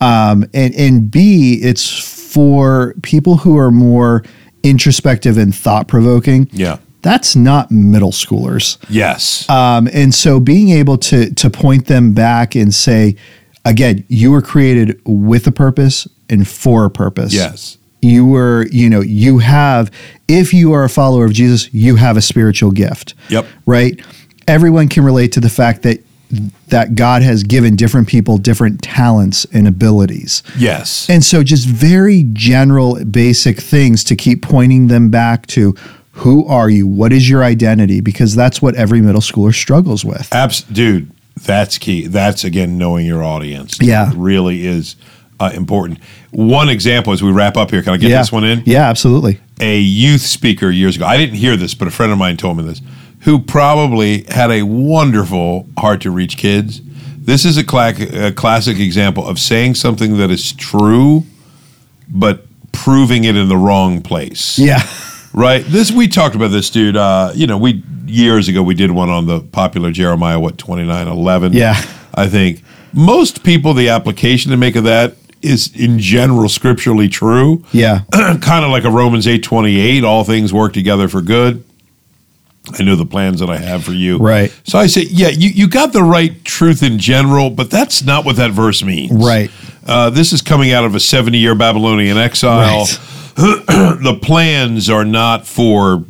Speaker 1: Um, and and B, it's for people who are more introspective and thought provoking.
Speaker 2: Yeah.
Speaker 1: That's not middle schoolers.
Speaker 2: Yes.
Speaker 1: Um, and so being able to to point them back and say, again, you were created with a purpose and for a purpose
Speaker 2: yes.
Speaker 1: you were you know you have if you are a follower of jesus you have a spiritual gift
Speaker 2: Yep.
Speaker 1: right everyone can relate to the fact that that god has given different people different talents and abilities
Speaker 2: Yes.
Speaker 1: and so just very general basic things to keep pointing them back to who are you what is your identity because that's what every middle schooler struggles with
Speaker 2: Abs- dude, that's key. That's again knowing your audience.
Speaker 1: Yeah.
Speaker 2: It really is uh, important. One example as we wrap up here. Can I get
Speaker 1: yeah
Speaker 2: this one in?
Speaker 1: yeah absolutely
Speaker 2: A youth speaker years ago. I didn't hear this, but a friend of mine told me this. Who probably had a wonderful heart to reach kids. This is a, cla- a classic example of saying something that is true, but proving it in the wrong place.
Speaker 1: yeah
Speaker 2: Right. This we talked about this dude. Uh, you know, we years ago we did one on the popular Jeremiah what twenty nine eleven.
Speaker 1: Yeah.
Speaker 2: I think most people the application they make of that is in general scripturally true.
Speaker 1: yeah
Speaker 2: kind of like a Romans eight twenty eight. All things work together for good. I know the plans that I have for you.
Speaker 1: Right.
Speaker 2: So I say, yeah, you, you got the right truth in general, but that's not what that verse means.
Speaker 1: Right.
Speaker 2: Uh, this is coming out of a 70 year Babylonian exile.
Speaker 1: Right.
Speaker 2: the plans are not for.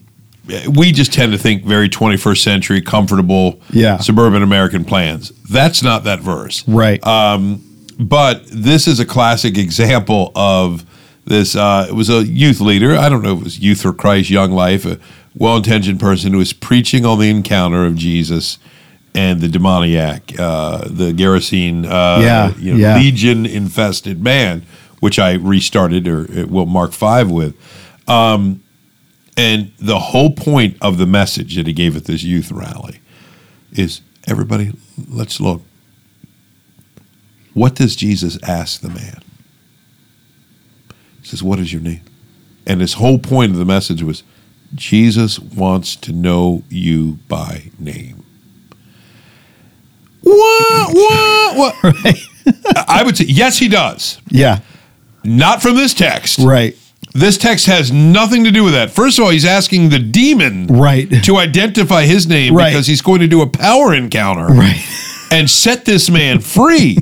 Speaker 2: We just tend to think very 21st century, comfortable,
Speaker 1: Yeah.
Speaker 2: suburban American plans. That's not that verse
Speaker 1: right
Speaker 2: Uh, but this is a classic example of this. Uh, it was a youth leader. I don't know if it was Youth for Christ, Young Life, a well intentioned person who was preaching on the encounter of Jesus and the demoniac, uh, the Gerasene uh,
Speaker 1: Yeah,
Speaker 2: you know,
Speaker 1: yeah.
Speaker 2: legion infested man, which I restarted or it will mark five with. Um, And the whole point of the message that he gave at this youth rally is everybody, let's look. What does Jesus ask the man? He says, What is your name? And his whole point of the message was Jesus wants to know you by name. What? What? What? I would say, yes, he does.
Speaker 1: yeah
Speaker 2: Not from this text.
Speaker 1: right
Speaker 2: This text has nothing to do with that. First of all, he's asking the demon
Speaker 1: Right.
Speaker 2: to identify his name
Speaker 1: Right.
Speaker 2: because he's going to do a power encounter
Speaker 1: Right.
Speaker 2: and set this man free.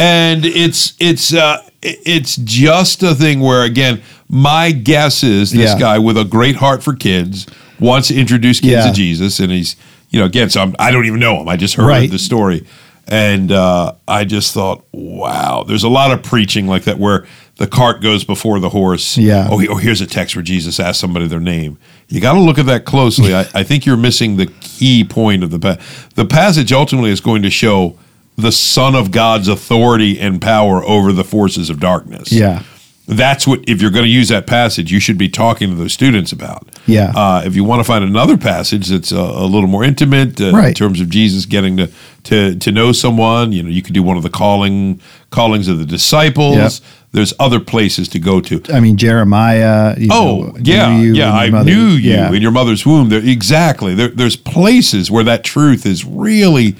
Speaker 2: and it's it's uh, i- it's just a thing where again, my guess is this
Speaker 1: Yeah.
Speaker 2: guy with a great heart for kids wants to introduce kids
Speaker 1: Yeah.
Speaker 2: to Jesus, and he's you know again, so I'm, I don't even know him. I just heard
Speaker 1: Right.
Speaker 2: the story. And uh, I just thought, wow, there's a lot of preaching like that where the cart goes before the horse.
Speaker 1: Yeah.
Speaker 2: Oh, he- oh here's a text where Jesus asked somebody their name. You got to look at that closely. I, I think you're missing the key point of the pa- the passage. Ultimately, is going to show the Son of God's authority and power over the forces of darkness.
Speaker 1: yeah
Speaker 2: That's what, if you're going to use that passage, you should be talking to those students about.
Speaker 1: Yeah.
Speaker 2: Uh, if you want to find another passage that's a, a little more intimate uh, in
Speaker 1: Right.
Speaker 2: terms of Jesus getting to, to to know someone, you know, you could do one of the calling callings of the disciples.
Speaker 1: Yeah.
Speaker 2: There's other places to go to.
Speaker 1: I mean, Jeremiah. you
Speaker 2: Oh,
Speaker 1: know,
Speaker 2: yeah,
Speaker 1: knew you
Speaker 2: yeah.
Speaker 1: and your
Speaker 2: I
Speaker 1: mother-
Speaker 2: knew you
Speaker 1: yeah.
Speaker 2: in your mother's womb. There, exactly. There, there's places where that truth is really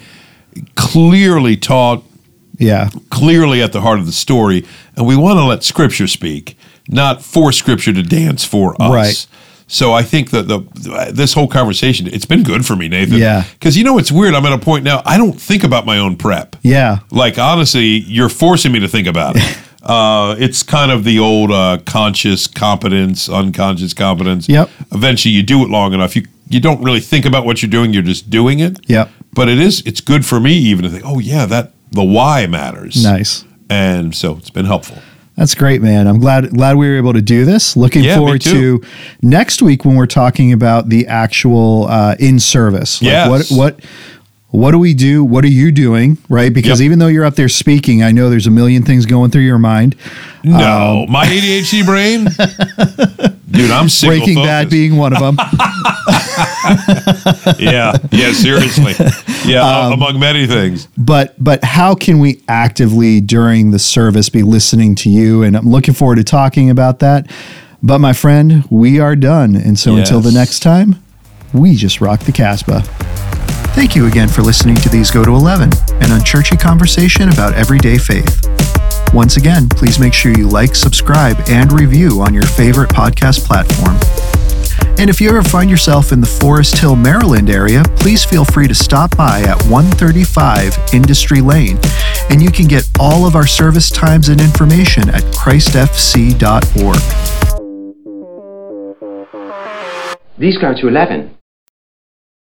Speaker 2: clearly taught,
Speaker 1: yeah.
Speaker 2: clearly at the heart of the story, and we want to let Scripture speak, not for Scripture to dance for us.
Speaker 1: Right.
Speaker 2: So I think that the this whole conversation it's been good for me, Nathan.
Speaker 1: Yeah.
Speaker 2: Because you know it's weird. I'm at a point now. I don't think about my own prep.
Speaker 1: Yeah.
Speaker 2: Like honestly, you're forcing me to think about it. Uh, it's kind of the old uh, conscious competence, unconscious competence.
Speaker 1: Yep.
Speaker 2: Eventually, you do it long enough, you you don't really think about what you're doing. You're just doing it.
Speaker 1: Yep.
Speaker 2: But it is it's good for me even to think. Oh yeah, that the why matters.
Speaker 1: Nice.
Speaker 2: And so it's been helpful.
Speaker 1: That's great, man. I'm glad glad we were able to do this. Looking
Speaker 2: Yeah, me
Speaker 1: forward
Speaker 2: too.
Speaker 1: to next week when we're talking about the actual uh, in service. Like
Speaker 2: Yes.
Speaker 1: What what what do we do? What are you doing? Right? Because
Speaker 2: Yep.
Speaker 1: even though you're up there speaking, I know there's a million things going through your mind.
Speaker 2: No,
Speaker 1: Um,
Speaker 2: my ADHD brain, dude, I'm single.
Speaker 1: Breaking Bad
Speaker 2: focused.
Speaker 1: being one of them.
Speaker 2: yeah, yeah, seriously, yeah,
Speaker 1: Um,
Speaker 2: among many things.
Speaker 1: but but how can we actively during the service be listening to you? And I'm looking forward to talking about that. But my friend, we are done. And so until the
Speaker 2: Yes.
Speaker 1: next time, we just rock the Casbah. Thank you again for listening to These Go to 11, an unchurchy conversation about everyday faith. Once again, please make sure you like, subscribe, and review on your favorite podcast platform. And if you ever find yourself in the Forest Hill, Maryland area, please feel free to stop by at 135 Industry Lane, and you can get all of our service times and information at christfc.org.
Speaker 3: These go to 11.